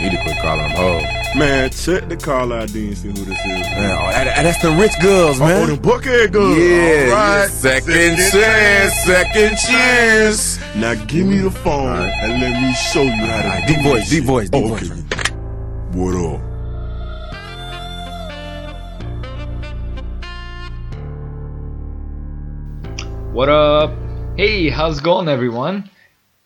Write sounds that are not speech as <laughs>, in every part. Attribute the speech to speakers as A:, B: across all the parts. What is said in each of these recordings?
A: Need to quit calling them hoes.
B: Man, check the call ID and see who this is.
A: Man, oh, that- that's the rich girls,
B: Oh,
A: man.
B: them buckhead girls.
A: yeah,
B: All right.
A: yeah, second chance, second chance.
B: Now give me the phone and let me show you how to
A: Alright,
B: do
A: deep voice,
B: this
A: deep
B: shit.
A: voice, deep
B: Oh,
A: voice.
B: okay. What up?
C: What up? Hey, how's it going, everyone?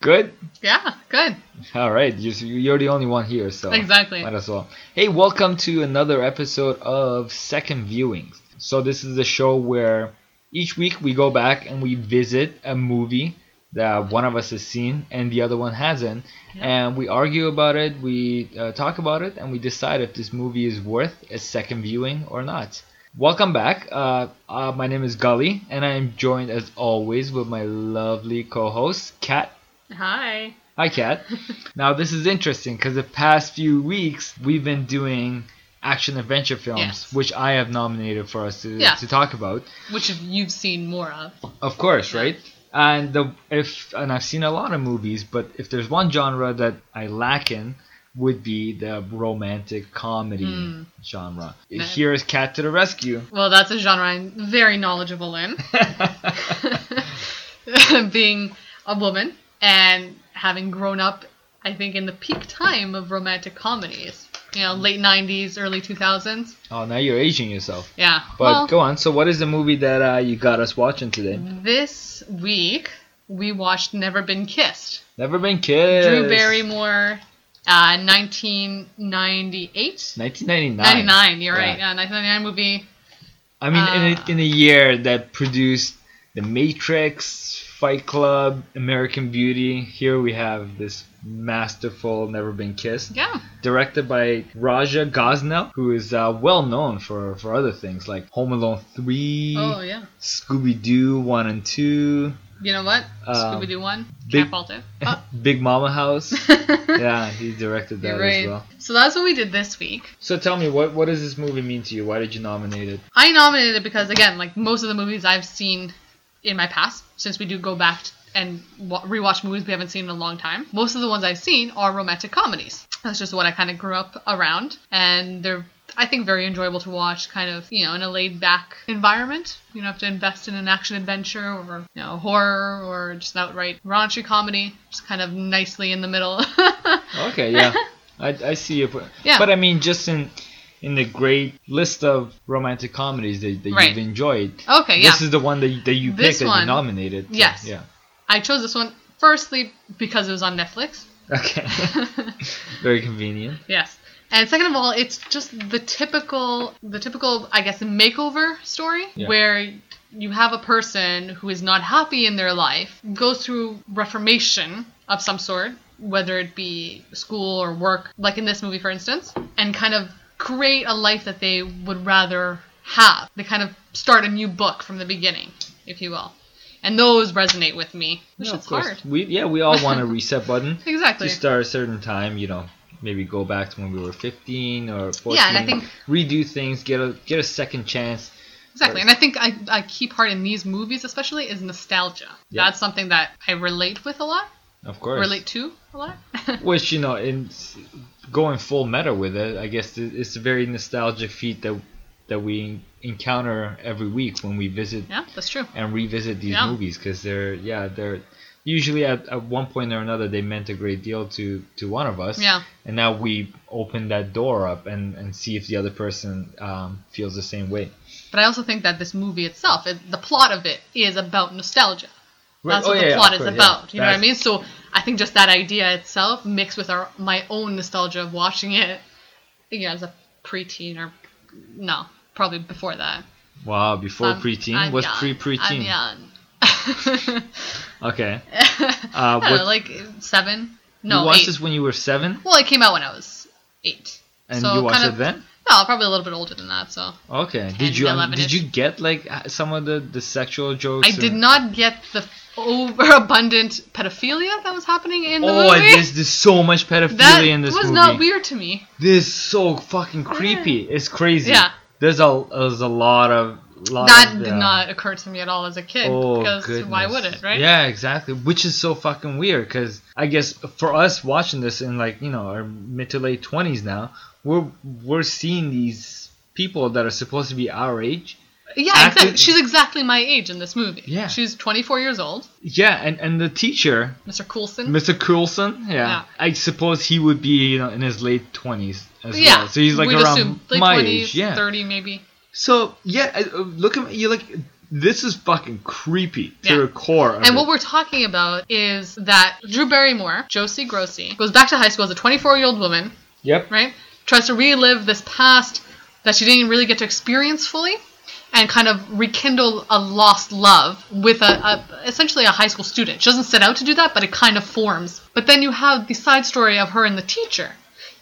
C: Good.
D: Yeah, good.
C: <laughs> All right, you- you're the only one here, so
D: Exactly.
C: Might as well. Hey, welcome to another episode of Second Viewings. So this is the show where each week we go back and we visit a movie that one of us has seen and the other one hasn't, and we argue about it, we uh, talk about it, and we decide if this movie is worth a second viewing or not. Welcome back. Uh, uh, my name is Gully, and I am joined as always with my lovely co-host Kat
D: Hi.
C: Hi,
D: <laughs>
C: Kat. now, this is interesting because the past few weeks we've been doing action adventure films,
D: Yes.
C: which I have nominated for us to,
D: Yeah.
C: to talk about.
D: Which you've seen more of.
C: Of course, right? And the if and I've seen a lot of movies, but if there's one genre that I lack in, would be the romantic comedy
D: Hmm.
C: genre.
D: Nice.
C: Here is Cat to the rescue.
D: Well, that's a genre I'm very
C: <laughs>
D: knowledgeable in. Being a woman and having grown up, I think, in the peak time of romantic comedies. You know, late 90s, early 2000s.
C: Oh, now you're aging yourself.
D: Yeah.
C: But
D: well, Mm.
C: go on. So, what is the movie that uh, you got us watching today?
D: this week, we watched Never Been Kissed.
C: Never Been Kissed.
D: Drew Barrymore, uh, 1998?
C: 1999.
D: 99, you're
C: Yeah.
D: right. Yeah, 1999 movie.
C: I mean, in,
D: Uh,
C: a, in a year that produced The Matrix, Fight Club, American Beauty, here we have this masterful Never Been Kissed,
D: Yeah.
C: directed by Raja Gosnell, who is uh, well known for, for other things like Home Alone 3,
D: Oh, yeah.
C: Scooby Doo 1 and 2,
D: You know what?
C: Um,
D: Scooby Doo one.
C: big-
D: Can't
C: <laughs>
D: fault it. Oh.
C: Big Mama House.
D: <laughs>
C: yeah, he directed that
D: You're
C: as
D: right.
C: well.
D: So that's what we did this week.
C: So tell me, what, what does this movie mean to you? Why did you nominate it?
D: I nominated it because, again, like most of the movies I've seen in my past, since we do go back t- and wa- rewatch movies we haven't seen in a long time, most of the ones I've seen are romantic comedies. That's just what I kind of grew up around, and they're. I think very enjoyable to watch, kind of, you know, in a laid back environment. You don't have to invest in an action adventure or, you know, horror or just an outright raunchy comedy. Just kind of nicely in the middle. <laughs>
C: Okay, yeah, I, I see your point.
D: Yeah.
C: But I mean, just in in the great list of romantic comedies that, that
D: Right.
C: you've enjoyed,
D: okay, yeah.
C: this is the one that, that you
D: This
C: picked that you
D: one.
C: nominated. so,
D: Yes.
C: Yeah.
D: I chose this one firstly because it was on Netflix. <laughs>
C: Okay. <laughs> Very convenient.
D: Yes. And second of all, it's just the typical the typical I guess makeover story
C: Yeah.
D: where you have a person who is not happy in their life goes through reformation of some sort, whether it be school or work, like in this movie for instance, and kind of create a life that they would rather have. They kind of start a new book from the beginning, if you will. And those resonate with me, which
C: No,
D: is hard.
C: We yeah, we all want a
D: <laughs>
C: reset button.
D: Exactly.
C: Just uh, start a certain time, you know, maybe go back to when we were 15 or 14.
D: Yeah, and I think-
C: redo things, get a get a second chance.
D: Exactly, and I think I, I key part in these movies especially is nostalgia.
C: Yeah.
D: That's something that I relate with a lot,
C: Of course.
D: relate to a lot.
C: Which you know, in going full meta with it, I guess it- it's a very nostalgic feat that that we encounter every week when we visit
D: yeah, that's true.
C: and revisit these
D: Yeah.
C: movies because they're yeah they're usually at, at one point or another they meant a great deal to to one of us
D: Yeah.
C: and now we open that door up and and see if the other person um, feels the same way
D: But I also think that this movie itself, it, the plot of it, is about nostalgia.
C: Right,
D: That's
C: oh,
D: what
C: yeah,
D: the
C: yeah,
D: plot
C: of
D: is
C: course, yeah.
D: about. You know what I
C: That's-
D: mean? So I think just that idea itself, mixed with our my own nostalgia of watching it, you know, as a preteen or no, probably before that.
C: wow before
D: I'm-
C: preteen
D: Um, I'm
C: was
D: young.
C: pre preteen
D: <laughs> I'm young. <laughs>
C: okay uh,
D: I don't know,
C: what,
D: like seven.
C: you
D: No,
C: watched
D: eight.
C: this when you were seven
D: Well, it came out when I was eight.
C: and
D: So
C: you watched
D: kind
C: it
D: of-
C: then
D: No, probably a little bit older than that. So
C: okay
D: 10,
C: did you um,
D: 11 -ish.
C: did you get like uh, some of the the sexual jokes
D: I did
C: and-
D: not get the overabundant pedophilia that was happening in the
C: Oh,
D: movie.
C: there's, there's so much pedophilia
D: that
C: in this
D: was
C: movie.
D: not weird to me.
C: This is so fucking creepy. It's crazy.
D: Yeah.
C: There's a there's a lot of lot
D: that
C: of,
D: did
C: uh,
D: not occur to me at all as a kid
C: Oh,
D: because why would
C: goodness.
D: it, right?
C: Yeah, exactly. Which is so fucking weird because I guess for us watching this in like you know our mid to late twenties now, we're we're seeing these people that are supposed to be our age.
D: Yeah,
C: Acting-
D: exactly. She's exactly my age in this movie.
C: Yeah.
D: She's 24 years old.
C: Yeah, and and the teacher,
D: Mr. Coulson.
C: Mr. Coulson, yeah,
D: Yeah.
C: I suppose he would be you know in his late twenties as
D: yeah.
C: well. So he's like
D: we'd
C: around
D: assume, late
C: my
D: 20s,
C: age. Yeah.
D: 30 maybe.
C: So yeah, I- uh, look at you like this is fucking creepy to
D: Yeah.
C: the core. Of it.
D: And what we're talking about is that Drew Barrymore, Josie Grossi, goes back to high school as a 24 year old woman,
C: yep.
D: right? Tries to relive this past that she didn't really get to experience fully and kind of rekindle a lost love with a, a essentially a high school student. She doesn't set out to do that, but it kind of forms. But then you have the side story of her and the teacher.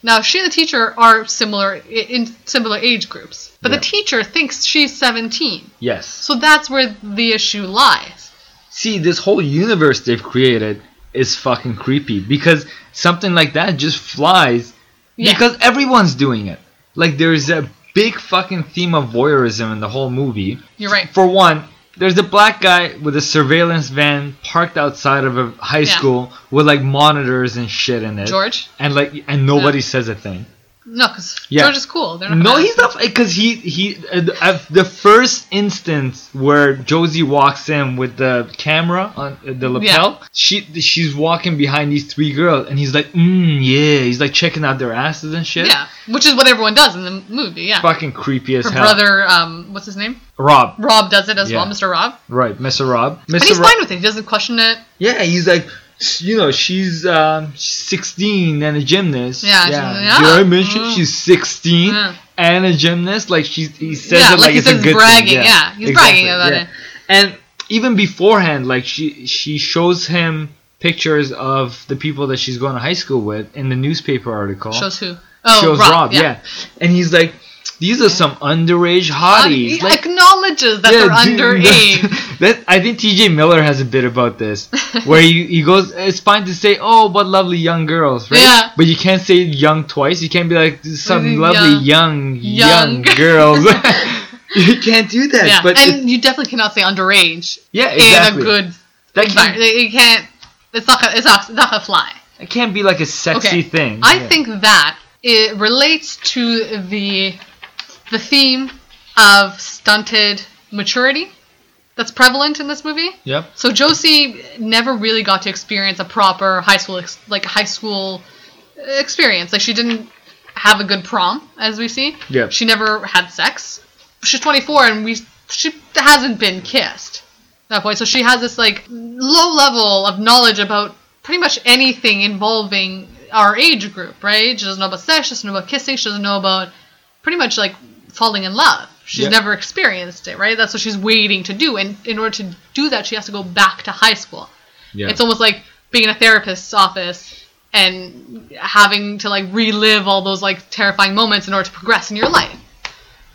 D: Now, she and the teacher are similar in similar age groups, but
C: Yeah.
D: the teacher thinks she's 17.
C: Yes.
D: So that's where the issue lies.
C: See, this whole universe they've created is fucking creepy because something like that just flies
D: Yeah.
C: because everyone's doing it. Like there's a big fucking theme of voyeurism in the whole movie.
D: You're right.
C: For one, there's a black guy with a surveillance van parked outside of a high
D: Yeah.
C: school with like monitors and shit in it.
D: George?
C: And like and nobody says a thing.
D: No, because
C: Yeah.
D: George is cool. They're not
C: No,
D: bad.
C: he's not because he he uh, at the first instance where Josie walks in with the camera on uh, the lapel, she she's walking behind these three girls and he's like, mm, yeah, he's like checking out their asses and shit.
D: Yeah, which is what everyone does in the movie. Yeah,
C: fucking creepy as
D: her
C: hell.
D: brother, um, what's his name?
C: Rob,
D: Rob does it as
C: Yeah.
D: well, Mr. Rob.
C: right, Mr. Rob, Mr.
D: And he's
C: Rob.
D: fine with it. He doesn't question it.
C: Yeah, he's like, "S- you know, she's um, 16 and a gymnast.
D: Yeah,
C: yeah.
D: she's-
C: Did I
D: yeah.
C: mention
D: Mm.
C: she's 16
D: Yeah.
C: and a gymnast? Like she, he says
D: Yeah,
C: it like,
D: like he
C: it's
D: says
C: a good
D: bragging,
C: Thing.
D: yeah. He's bragging about it.
C: And even beforehand, like she, she shows him pictures of the people that she's going to high school with in the newspaper article.
D: Shows who? Oh,
C: shows
D: Rob.
C: Rob, yeah. and he's like, these are some underage
D: Um,
C: hotties.
D: he
C: Like,
D: acknowledges that they're
C: dude,
D: underage.
C: <laughs> That, that- I think T.J. Miller has a bit about
D: <laughs>
C: this, where he, he goes, it's fine to say, oh, what lovely young girls, right?
D: Yeah.
C: But you can't say young twice. You can't be like some
D: Young.
C: lovely young young, <laughs>
D: Young. <laughs>
C: girls. you can't do that.
D: yeah,
C: But it-
D: and you definitely cannot say underage
C: yeah,
D: in
C: exactly.
D: a good.
C: that
D: environment.
C: can't,
D: You can't. It's not. gonna- It's not. It's not gonna fly.
C: that can't be like a sexy
D: Okay.
C: thing.
D: I
C: Yeah.
D: think that it relates to the the theme of stunted maturity that's prevalent in this movie.
C: Yep.
D: So Josie never really got to experience a proper high school ex- like high school experience. Like she didn't have a good prom, as we see.
C: Yep.
D: She never had sex. She's 24 and we she hasn't been kissed at that point. So she has this like low level of knowledge about pretty much anything involving our age group, right? She doesn't know about sex. She doesn't know about kissing. She doesn't know about pretty much like falling in love. She's
C: Yeah.
D: never experienced it, right? That's what she's waiting to do. And in order to do that, she has to go back to high school.
C: Yeah.
D: It's almost like being in a therapist's office and having to like relive all those like terrifying moments in order to progress in your life.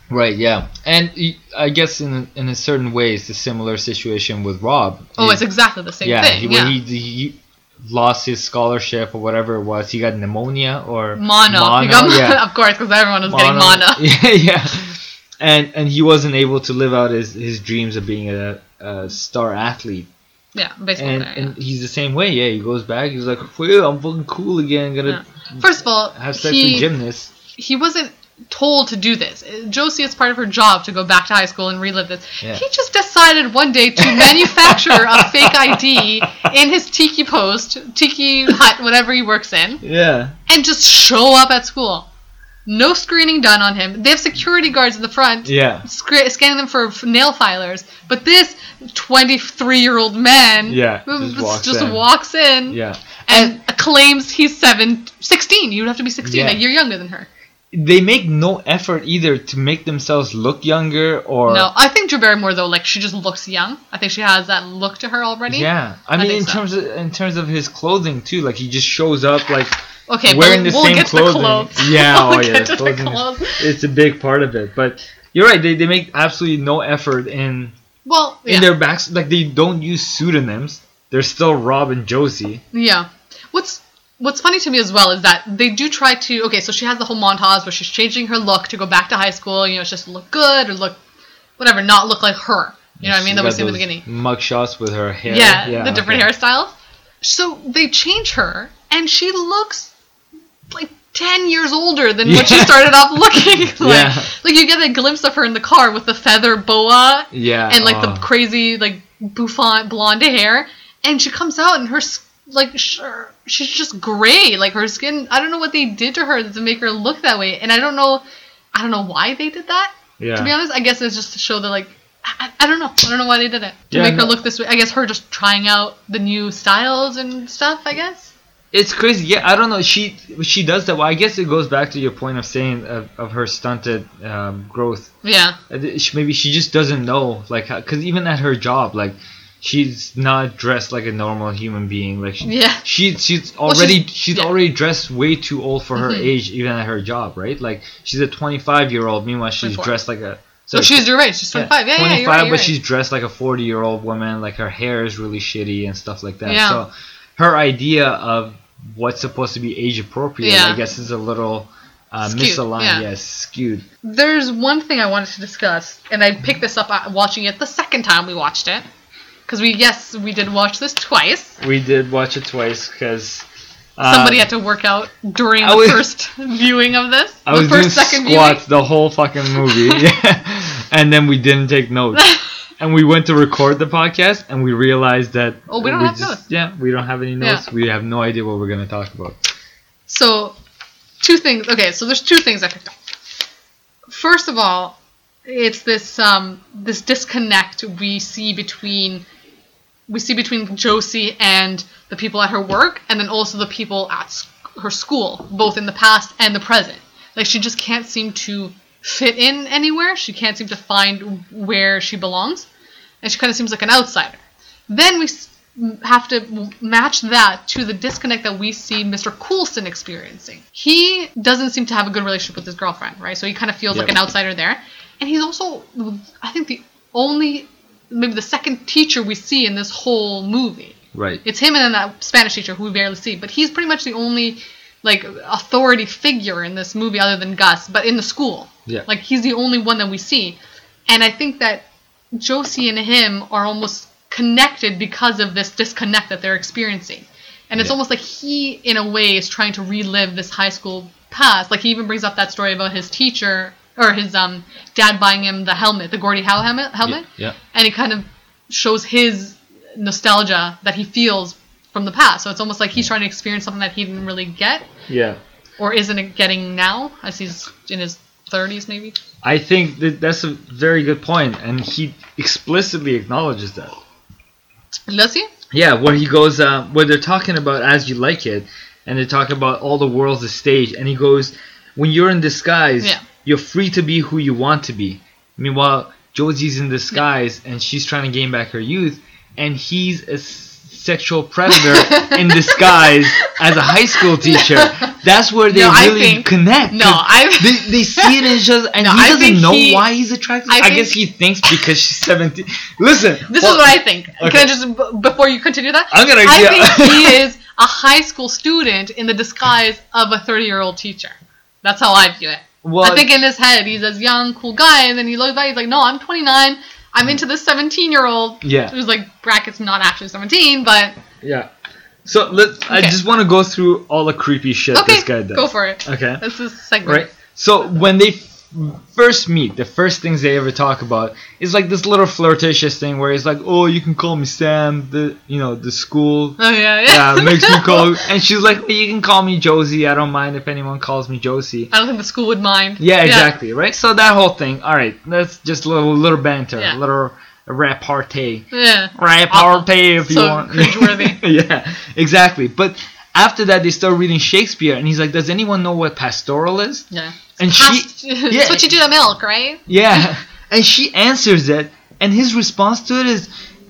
C: Right, yeah, and y- I guess in in a certain way, it's a similar situation with Rob.
D: Oh,
C: He-
D: it's exactly the same
C: yeah,
D: thing.
C: he,
D: yeah.
C: when he, he lost his scholarship or whatever it was, he got pneumonia or
D: mono. He got mono, <laughs> of course, because everyone was getting mono.
C: <laughs> yeah, yeah, and and he wasn't able to live out his, his dreams of being a, a star athlete.
D: Yeah, basically.
C: And
D: yeah.
C: and he's the same way. Yeah, he goes back. He's like, "Phew, I'm fucking cool again. Gonna
D: First of all,
C: have sex
D: he,
C: with gymnasts."
D: he wasn't told to do this. Uh, Josie, it's part of her job to go back to high school and relive this.
C: Yeah.
D: He just decided one day to manufacture a fake ID in his tiki post, tiki hut, whatever he works in,
C: Yeah,
D: and just show up at school. No screening done on him. They have security guards in the front.
C: yeah,
D: Scra- scanning them for f- nail filers, but this 23 year old man
C: Yeah,
D: just,
C: just
D: walks,
C: walks
D: in.
C: in. yeah.
D: and claims he's seven, 16. You'd have to be 16.
C: Yeah.
D: Like, you're younger than her.
C: They make no effort either to make themselves look younger or
D: No, I think Drew Barrymore though, like she just looks young. I think she has that look to her already.
C: Yeah, I mean,
D: think
C: in
D: so.
C: terms of in terms of his clothing too, like he just shows up like
D: Okay,
C: wearing
D: but
C: the
D: we'll
C: same
D: get to the
C: clothing. <laughs>
D: clothes.
C: Yeah,
D: <laughs> we'll
C: oh yeah,
D: get to the
C: clothing is-
D: clothes.
C: it's a big part of it. But you're right; they, they make absolutely no effort in
D: Well, yeah.
C: in their backs. Like they don't use pseudonyms. They're still Rob and Josie.
D: Yeah. What's What's funny to me as well is that they do try to. Okay, so she has the whole montage where she's changing her look to go back to high school. You know, it's just look good or look whatever, not look like her. You know what I mean?
C: She
D: That we
C: got
D: see in the
C: those
D: beginning.
C: Mug shots with her hair.
D: Yeah, the different
C: okay.
D: hairstyles. So they change her, and she looks like ten years older than what she
C: Yeah.
D: started off looking
C: <laughs>
D: like.
C: Yeah.
D: Like you get a glimpse of her in the car with the feather boa
C: Yeah.
D: and like
C: oh.
D: the crazy like bouffant blonde hair, and she comes out and her s- like sure she's just gray. Like her skin, I don't know what they did to her to make her look that way, and I don't know, I don't know why they did that.
C: yeah.
D: To be honest, I guess it's just to show that like I, I I don't know. I don't know why they did it. To
C: Yeah,
D: make her
C: no.
D: look this way. I guess her just trying out the new styles and stuff, I guess.
C: It's crazy. Yeah, I don't know. She she does that. Well, I guess it goes back to your point of saying of, of her stunted um, growth.
D: Yeah.
C: Uh, th- she- Maybe she just doesn't know, like, because even at her job, like, she's not dressed like a normal human being. Like, she,
D: Yeah.
C: she she's
D: she's-
C: already she's,
D: yeah. Mm-hmm.
C: already dressed way too old for her age, even at her job, right? Like, she's a 25 year old. Meanwhile, she's
D: 24.
C: dressed like a.
D: So
C: sorry,
D: she's you're right, she's twenty five. Yeah, yeah, you're
C: 25,
D: right,
C: but
D: you're right.
C: she's dressed like a 40 year old woman. Like her hair is really shitty and stuff like that.
D: Yeah.
C: So her idea of what's supposed to be age appropriate,
D: Yeah.
C: I guess, is a little uh,
D: Skewed,
C: misaligned.
D: yeah.
C: Yes, skewed.
D: There's one thing I wanted to discuss, and I picked this up uh, watching it the second time we watched it. Because we yes, we did watch this twice.
C: We did watch it twice uh, because.
D: Somebody had to work out during
C: I
D: the
C: was-
D: first <laughs> viewing of this.
C: I
D: the
C: was
D: first
C: doing squats the whole fucking movie,
D: <laughs>
C: <laughs> yeah. and then we didn't take notes. And we went to record the podcast, and we realized that
D: Oh, we don't have notes.
C: Yeah, we don't have any
D: Yeah.
C: notes. We have no idea what we're gonna talk about.
D: So, two things. Okay, so there's two things I picked up. First of all, it's this um, this disconnect we see between we see between Josie and the people at her work, and then also the people at s- her school, both in the past and the present. Like she just can't seem to fit in anywhere. She can't seem to find where she belongs, and she kind of seems like an outsider. Then we s- have to m- match that to the disconnect that we see Mr. Coulson experiencing. He doesn't seem to have a good relationship with his girlfriend, right? So he kind of feels like
C: Yep.
D: an outsider there, and he's also, I think, the only maybe the second teacher we see in this whole movie.
C: Right.
D: It's him and then that Spanish teacher who we barely see, but he's pretty much the only like authority figure in this movie other than Gus, but in the school.
C: Yeah.
D: Like he's the only one that we see. And I think that Josie and him are almost connected because of this disconnect that they're experiencing. And it's
C: Yeah.
D: almost like he in a way is trying to relive this high school past. Like he even brings up that story about his teacher or his um dad buying him the helmet, the Gordie Howe helmet helmet
C: yeah.
D: and it kind of shows his nostalgia that he feels from the past. So it's almost like he's trying to experience something that he didn't really get
C: Yeah.
D: or isn't getting now, as he's in his 30s maybe.
C: I think that that's a very good point, and he explicitly acknowledges that.
D: Does he?
C: Yeah, where he goes, uh, where they're talking about "As You Like It," and they talk about all the world's a stage, and he goes, "When you're in disguise,
D: Yeah.
C: you're free to be who you want to be." Meanwhile, Josie's in disguise, and she's trying to gain back her youth, and he's a s- sexual
D: <laughs>
C: predator in disguise as a high school teacher. That's where they
D: No, I
C: really
D: think-
C: connect.
D: No,
C: 'cause
D: I-
C: They,
D: <laughs>
C: they see it as just, and
D: No,
C: he
D: I
C: doesn't
D: think
C: know
D: he-
C: why he's attracted.
D: I
C: I,
D: think-
C: guess he thinks because she's seventeen. Listen,
D: This
C: well,
D: is what I think. Can I
C: okay.
D: just, b- before you continue that?
C: I'm gonna-
D: I
C: yeah. <laughs>
D: think he is a high school student in the disguise of a 30 year old teacher. That's how I view it.
C: Well,
D: I think in his head, he's this young, cool guy, and then he looks back, he's like, no, I'm 29. I'm into this 17 year old
C: Yeah.
D: who's like, brackets, not actually 17, but
C: Yeah. So let I
D: Okay.
C: just want to go through all the creepy shit
D: Okay,
C: this guy does.
D: go for it.
C: Okay.
D: This is segment.
C: Right. So when they f- first meet, the first things they ever talk about is like this little flirtatious thing where he's like, "Oh, you can call me Sam." The you know the
D: <laughs>
C: school.
D: Oh yeah, yeah.
C: Yeah, makes me
D: <laughs>
C: call, and she's like, well, "You can call me Josie. I don't mind if anyone calls me Josie."
D: I don't think the school would mind.
C: Yeah, exactly. Right. So that whole thing. All right. That's just a little little banter,
D: Yeah.
C: little repartee.
D: Yeah.
C: Right,
D: Awful.
C: party if you
D: So
C: want. <laughs>
D: cringeworthy.
C: yeah, exactly. But after that, they start reading Shakespeare, and he's like, "Does anyone know what pastoral is?"
D: Yeah.
C: And
D: Past-
C: she,
D: That's what you do to <laughs> milk, right?
C: <laughs>
D: <laughs>
C: yeah, and she answers it, and his response to it is,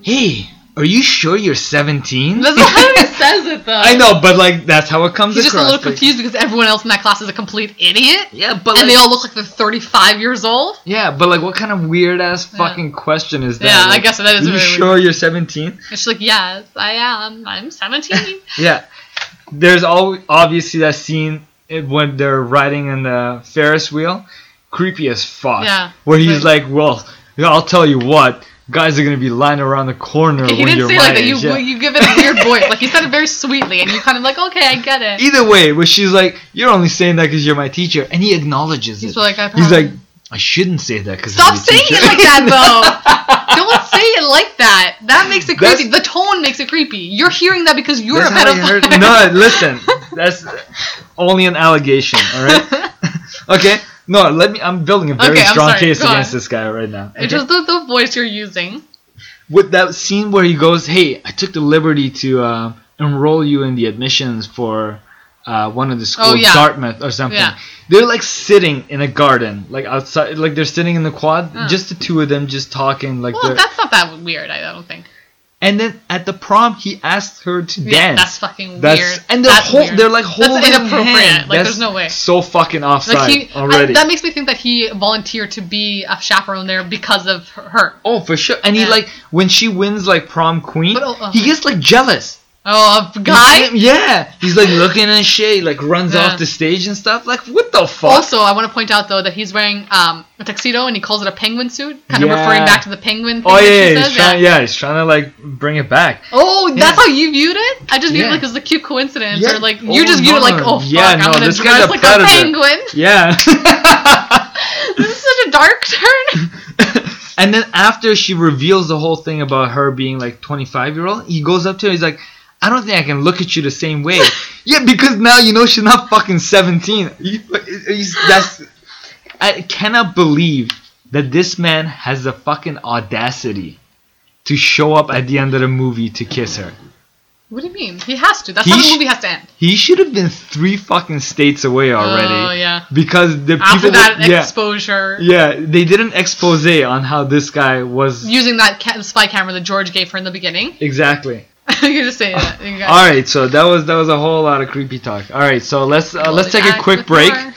C: "Hey, are you sure you're 17?"
D: That's not how he says it though.
C: <laughs> I know, but like that's how it comes
D: He's just a
C: across.
D: little
C: like-
D: confused because everyone else in that class is a complete idiot.
C: Yeah, but
D: And
C: like,
D: they all look like they're 35 years old.
C: yeah, but like, what kind of weird ass fucking question is that?
D: Yeah, I
C: Like,
D: guess that is
C: Are you
D: very
C: sure you're 17?
D: And she's like, yes, I am.
C: <laughs>
D: I'm 17.
C: Yeah, there's all obviously that scene it- when they're riding in the Ferris wheel, creepy as fuck.
D: Yeah,
C: where he's like,
D: right.
C: "Well, I'll tell you what, guys are gonna be lining around the corner
D: He
C: when
D: didn't
C: you're
D: say it
C: my
D: like that. You
C: age, yeah.
D: you give it a weird voice. Like he said it very sweetly, and you kind of like, okay, I get it.
C: Either way, where she's like, "You're only saying that because you're my teacher," and he acknowledges
D: He's
C: it.
D: like, I
C: He's
D: probably-
C: like, "I shouldn't say that because
D: Stop saying it like that,
C: <laughs>
D: though. Don't say it like that. That makes it creepy. the tone makes it creepy. You're hearing that because you're
C: That's
D: a
C: how I
D: <laughs>
C: heard-
D: pedophile.
C: No, listen, that's only an allegation. All
D: <laughs>
C: right. okay. No, let me. I'm building a very
D: Okay, I'm
C: strong
D: sorry,
C: case
D: go
C: against
D: on.
C: this guy right now.
D: It's just the, the voice you're using.
C: with that scene where he goes, "Hey, I took the liberty to uh, enroll you in the admissions for uh, one of the schools,
D: Oh, yeah.
C: Dartmouth or something."
D: Yeah.
C: They're like sitting in a garden, like outside, like they're sitting in the quad,
D: Huh.
C: just the two of them, just talking, like.
D: Well,
C: they're
D: that's not that weird. I don't think.
C: and then at the prom, he asked her to
D: Yeah,
C: dance.
D: That's fucking
C: That's-
D: weird.
C: and they're
D: That's
C: hol-
D: weird.
C: they're like holding
D: That's inappropriate.
C: hand.
D: Like
C: That's
D: there's no way.
C: So fucking offside
D: Like he,
C: already.
D: I, that makes me think that he volunteered to be a chaperone there because of her. her.
C: oh, for sure. And he
D: Yeah.
C: like when she wins like prom queen,
D: But, oh, uh-huh.
C: he gets like jealous.
D: Oh, a
C: He's-
D: guy.
C: Yeah, he's like looking at shit, like runs
D: Yeah.
C: off the stage and stuff. Like, what the fuck?
D: Also, I want to point out though that he's wearing um, a tuxedo and he calls it a penguin suit, kind of
C: Yeah.
D: referring back to the penguin. Thing
C: oh
D: that
C: yeah,
D: she
C: yeah, he's
D: says,
C: trying. Yeah, he's trying to like bring it back.
D: Oh, that's
C: Yeah.
D: how you viewed it? I just viewed
C: Yeah.
D: it like it was a cute coincidence,
C: Yeah.
D: or like you
C: Oh,
D: just viewed it like,
C: no.
D: oh fuck,
C: Yeah,
D: I'm
C: no,
D: gonna
C: this
D: dress
C: guy's a
D: like
C: predator.
D: a penguin.
C: <laughs>
D: <laughs>
C: Yeah.
D: this is such a dark turn.
C: <laughs> and then after she reveals the whole thing about her being like 25 year old, he goes up to her. He's like, I don't think I can look at you the same way. yeah, because now you know she's not fucking 17. He- he's- that's. I cannot believe that this man has the fucking audacity to show up at the end of the movie to kiss her.
D: What do you mean? He has to. That's
C: He
D: how the
C: sh-
D: movie has to end.
C: He should have been three fucking states away already.
D: Oh yeah.
C: Because the
D: After
C: people,
D: that
C: yeah,
D: exposure,
C: yeah, they did an expose on how this guy was
D: using that ca- spy camera that George gave her in the beginning, <laughs>
C: exactly.
D: you just say that. You got-
C: All right, so that was that was a whole lot of creepy talk. All right, so let's uh, let's take a
D: Back
C: quick
D: with
C: break.
D: more.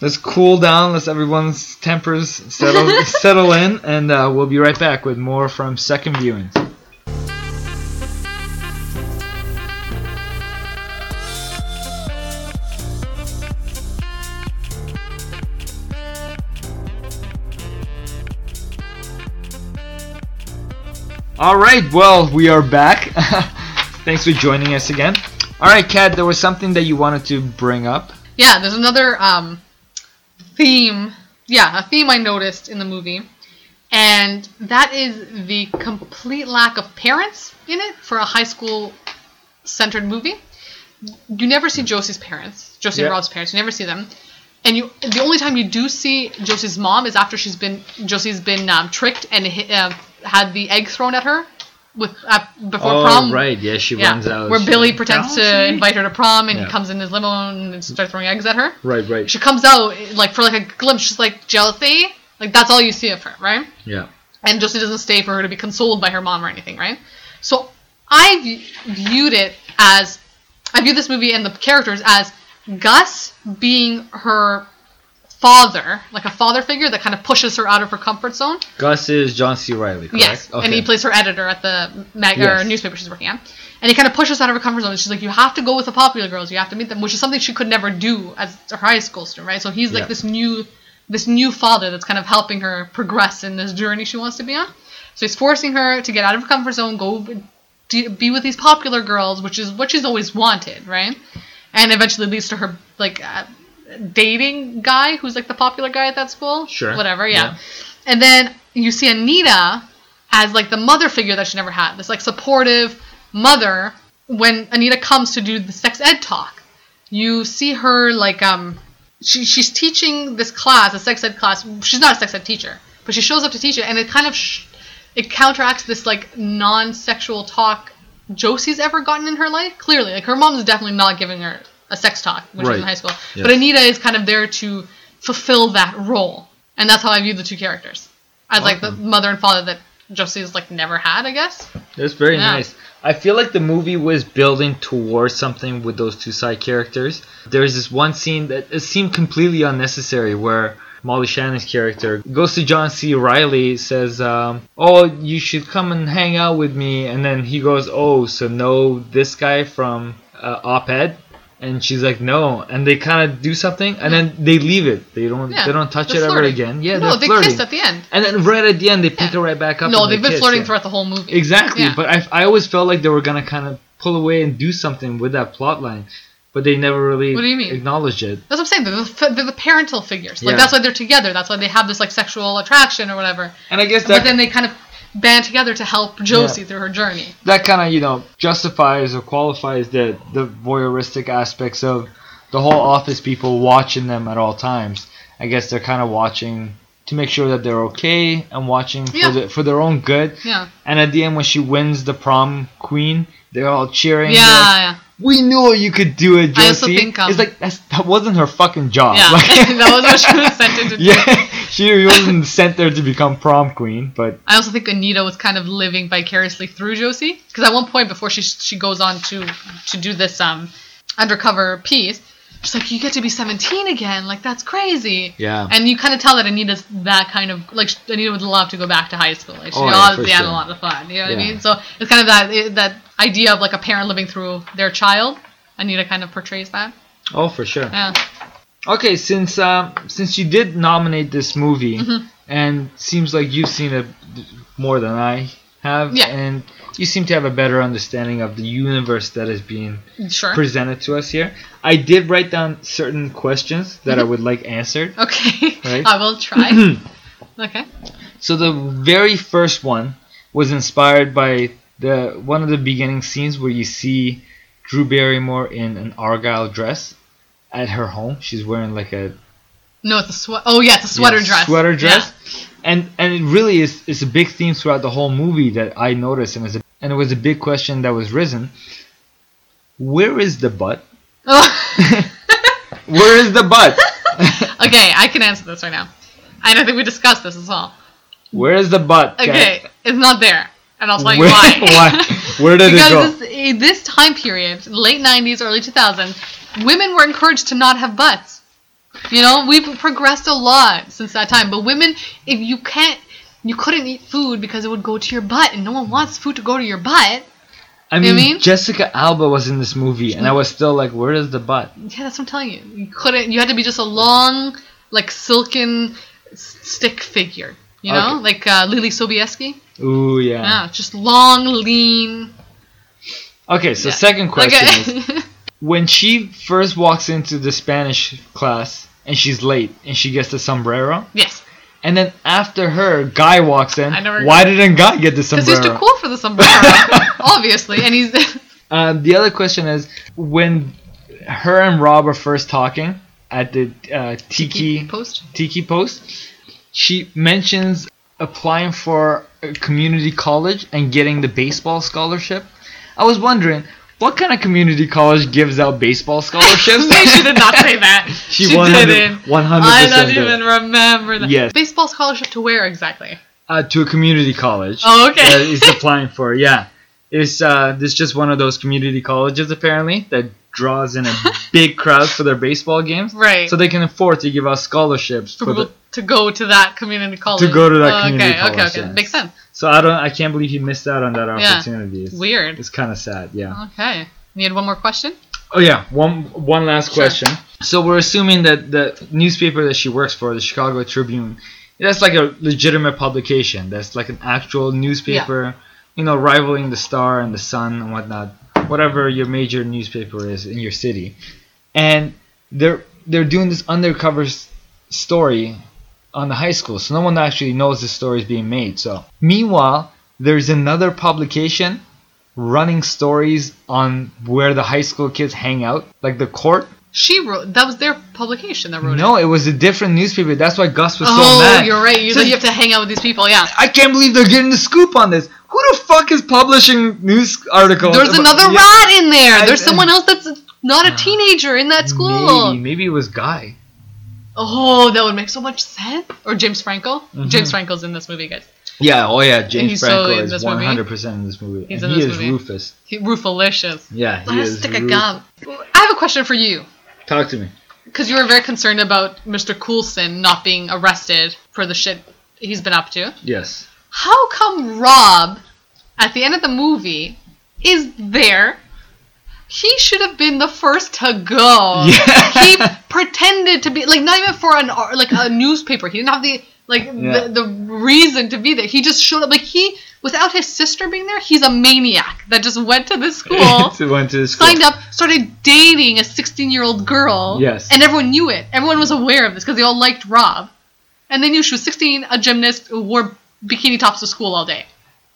C: Let's cool down. Let's everyone's tempers settle settle in, and uh, we'll be right back with more from second viewings. All right, well, we are back. <laughs> Thanks for joining us again. All right, Kat, there was something that you wanted to bring up.
D: Yeah, there's another um, theme. Yeah, a theme I noticed in the movie, and that is the complete lack of parents in it for a high school centered movie. You never see Josie's parents, Josie
C: Yeah.
D: and Rob's parents. You never see them, and you the only time you do see Josie's mom is after she's been Josie's been um, tricked and hit, uh, had the egg thrown at her with uh, before
C: Oh,
D: prom.
C: yeah, she
D: Yeah, where Billy pretends to
B: Rousey?
D: invite her to prom and
C: Yeah.
D: comes in his limo and starts throwing eggs at her.
C: Right, right.
D: She comes out like for like a glimpse, she's like jealousy. Like that's all you see of her, right?
C: Yeah.
D: And Josie doesn't stay for her to be consoled by her mom or anything, right? So I v- viewed it as I view this movie and the characters as Gus being her father, like a father figure that kind of pushes her out of her comfort zone.
C: Gus is John C. Riley, correct?
D: Yes, and he plays her editor at the mag-
C: Yes.
D: or newspaper she's working at, and he kind of pushes out of her comfort zone. She's like, "You have to go with the popular girls. You have to meet them," which is something she could never do as a high school student, right? So he's like
C: Yeah.
D: this new, this new father that's kind of helping her progress in this journey she wants to be on. So he's forcing her to get out of her comfort zone, go d- be with these popular girls, which is what she's always wanted, right? And eventually leads to her like uh, dating guy who's like the popular guy at that school.
C: Sure.
D: Whatever.
C: Yeah.
D: yeah. And then you see Anita as like the mother figure that she never had, this like supportive mother. When Anita comes to do the sex ed talk, you see her like um, she, she's teaching this class, a sex ed class. She's not a sex ed teacher, but she shows up to teach it, and it kind of sh- it counteracts this like non-sexual talk Josie's ever gotten in her life. Clearly, like her mom's definitely not giving her a sex talk when she's in
C: Right.
D: high school,
C: Yes.
D: but Anita is kind of there to fulfill that role, and that's how I view the two characters as like the mother and father that Josie's like never had, I guess.
C: That's very
D: Yeah.
C: nice. I feel like the movie was building towards something with those two side characters. There's this one scene that it seemed completely unnecessary where Molly Shannon's character goes to John C. Riley, says, um, Oh, you should come and hang out with me. And then he goes, Oh, so no, this guy from uh, Op Ed? and she's like no and they kind of do something and then they leave it they don't
D: Yeah,
C: they don't touch it
D: they're
C: ever
D: flirting.
C: again yeah
D: no,
C: they're
D: they
C: flirting
D: kissed at the end.
C: and then right at the end they pick it
D: Yeah.
C: right back up
D: No,
C: and they
D: they've been
C: kiss,
D: flirting
C: yeah.
D: throughout the whole movie.
C: exactly
D: Yeah.
C: but I, I always felt like they were gonna kind of pull away and do something with that plot line but they never really
D: What do you mean?
C: acknowledged it
D: That's what I'm saying. They're the, f- they're the parental figures. Like
C: Yeah.
D: that's why they're together. That's why they have this like sexual attraction or whatever.
C: and i guess
D: but
C: that
D: then they kind of band together to help Josie through her journey.
C: that kind of you know justifies or qualifies the the voyeuristic aspects of the whole office people watching them at all times. I guess they're kind of watching to make sure that they're okay and watching for,
D: Yeah.
C: the, for their own good.
D: Yeah.
C: And at the end, when she wins the prom queen, they're all cheering.
D: Yeah,
C: They're like,
D: yeah.
C: we knew you could do it, Josie.
D: I also think, um,
C: it's like that's, that wasn't her fucking job.
D: Yeah.
C: Like-
D: <laughs> that was what she was sent to
C: <laughs>
D: do.
C: yeah, she wasn't sent there to become prom queen, but
D: I also think Anita was kind of living vicariously through Josie because at one point before she she goes on to to do this um undercover piece, she's like, "You get to be 17 again, like that's crazy."
C: Yeah.
D: And you kind of tell that Anita's that kind of like sh- Anita would love to go back to high school. Like she
C: Oh, yeah,
D: obviously
C: for
D: had a
C: sure.
D: lot of fun. You know what I
C: Yeah.
D: mean? So it's kind of that it, that idea of like a parent living through their child. Anita kind of portrays that.
C: oh, for sure.
D: Yeah.
C: Okay, since um, since you did nominate this movie,
D: Mm-hmm.
C: and seems like you've seen it more than I have,
D: Yeah.
C: and you seem to have a better understanding of the universe that is being
D: Sure.
C: presented to us here. I did write down certain questions that I
D: Mm-hmm.
C: would like answered.
D: okay.
C: Right.
D: <laughs> I will try.
C: <clears throat>
D: okay.
C: So the very first one was inspired by the one of the beginning scenes where you see Drew Barrymore in an argyle dress at her home. She's wearing like a
D: No, it's a sweat. Oh yeah, it's a sweater
C: Yeah,
D: dress.
C: Sweater
D: Yeah. <laughs>
C: dress. And and it really is it's a big theme throughout the whole movie that I noticed and it's a, and it was a big question that was risen. Where is the butt? <laughs> Where is the butt?
D: Oh, Okay, I can answer this right now. And I think we discussed this as well.
C: <laughs> Where is the butt?
D: Okay, it's not there. And I'll tell you
C: Where, <laughs>
D: why. <laughs>
C: why? Where did it go?
D: because this, in this time period, late 90s, early 2000s, women were encouraged to not have butts. You know, we've progressed a lot since that time. But women, if you can't, you couldn't eat food because it would go to your butt, and no one wants food to go to your butt.
C: I
D: you
C: mean,
D: mean?
C: Jessica Alba was in this movie, and I was still like, "Where is the butt?"
D: Yeah, that's what I'm telling you. You couldn't. You had to be just a long, like silken s- stick figure. You know,
C: Okay.
D: like uh, Lily Sobieski.
C: Ooh, yeah.
D: Yeah, just long, lean.
C: Okay, so
D: Ah. yeah.
C: second question
D: <laughs>
C: is:
D: Okay.
C: when she first walks into the Spanish class and she's late and she gets the sombrero,
D: yes,
C: And then after her, Guy walks in.
D: I never-
C: Why didn't Guy get the
D: because
C: sombrero?
D: he's too cool for the
C: <laughs>
D: sombrero, obviously, and he's <laughs>
C: Uh, the other question is when her and Rob are first talking at the uh, tiki
D: Tiki post?
C: Tiki post, she mentions applying for a community college and getting the baseball scholarship. I was wondering what kind of community college gives out baseball scholarships.
D: <laughs> no, she did not say <laughs> that.
C: <laughs> She 100
D: didn't.
C: 100%
D: I don't
C: did.
D: even remember that.
C: Yes.
D: Baseball scholarship to where exactly?
C: uh, to a community college.
D: Oh, okay.
C: That
D: <laughs>
C: he's applying for. Yeah, it's uh, this just one of those community colleges apparently that draws
D: <laughs>
C: in a big crowd for their baseball games.
D: Right.
C: So they can afford to give out scholarships
D: For
C: for
D: people
C: the.
D: to go to that community college.
C: go to that
D: Oh,
C: community
D: okay, Okay,
C: college,
D: okay,
C: yes.
D: makes sense.
C: So I don't. I can't believe he missed out on that
D: Yeah.
C: opportunity. It's,
D: Weird.
C: It's kind of sad. Yeah.
D: Okay. You had one more question?
C: Oh yeah. One one last
D: Sure.
C: question. So we're assuming that the newspaper that she works for, the Chicago Tribune, that's like a legitimate publication. That's like an actual newspaper, you know, rivaling the Star and the Sun and whatnot, whatever your major newspaper is in your city. And they're they're doing this undercover s- story on the high school, so no one actually knows the story is being made. So meanwhile, there's another publication running stories on where the high school kids hang out, like the court.
D: She wrote. That was their publication that wrote it.
C: No, it was a different newspaper. That's why Gus was
D: oh,
C: so mad.
D: you're right. You,
C: So-
D: you have to hang out with these people. Yeah.
C: I can't believe they're getting the scoop on this. Who the fuck is publishing news articles?
D: There's
C: about-
D: another
C: Oh, Yeah.
D: rat in there.
C: I- Ah,
D: There's someone else that's not a teenager in that school.
C: Maybe, maybe it was Guy.
D: Oh, that would make so much sense. Or James Franco.
C: Mm-hmm.
D: James Franco's in this movie, guys.
C: Yeah. Oh yeah. James
D: he's so
C: Franco
D: in
C: is
D: this movie?
C: 100 percent in this movie.
D: He's
C: and
D: in
C: he
D: this
C: is
D: movie.
C: Rufus.
D: He, Ruthlicious.
C: Yeah. He
D: Let us
C: is
D: stick a
C: Rufus.
D: gum. I have a question for you.
C: Talk to me.
D: Because you were very concerned about Mr. Coulson not being arrested for the shit he's been up to.
C: Yes.
D: How come Rob, at the end of the movie, is there He should have been the first to go.
C: Yeah. <laughs>
D: He <laughs> pretended to be like not even for an ar- like a newspaper. He didn't have the like
C: Yeah.
D: the, the reason to be there. He just showed up. Like he without his sister being there, he's a maniac that just went to
C: <laughs>
D: the school.
C: to went to the school.
D: Signed up, started dating a 16 year old girl.
C: Yes.
D: And everyone knew it. Everyone was aware of this because they all liked Rob. And they knew she was 16, a gymnast, who wore bikini tops to school all day.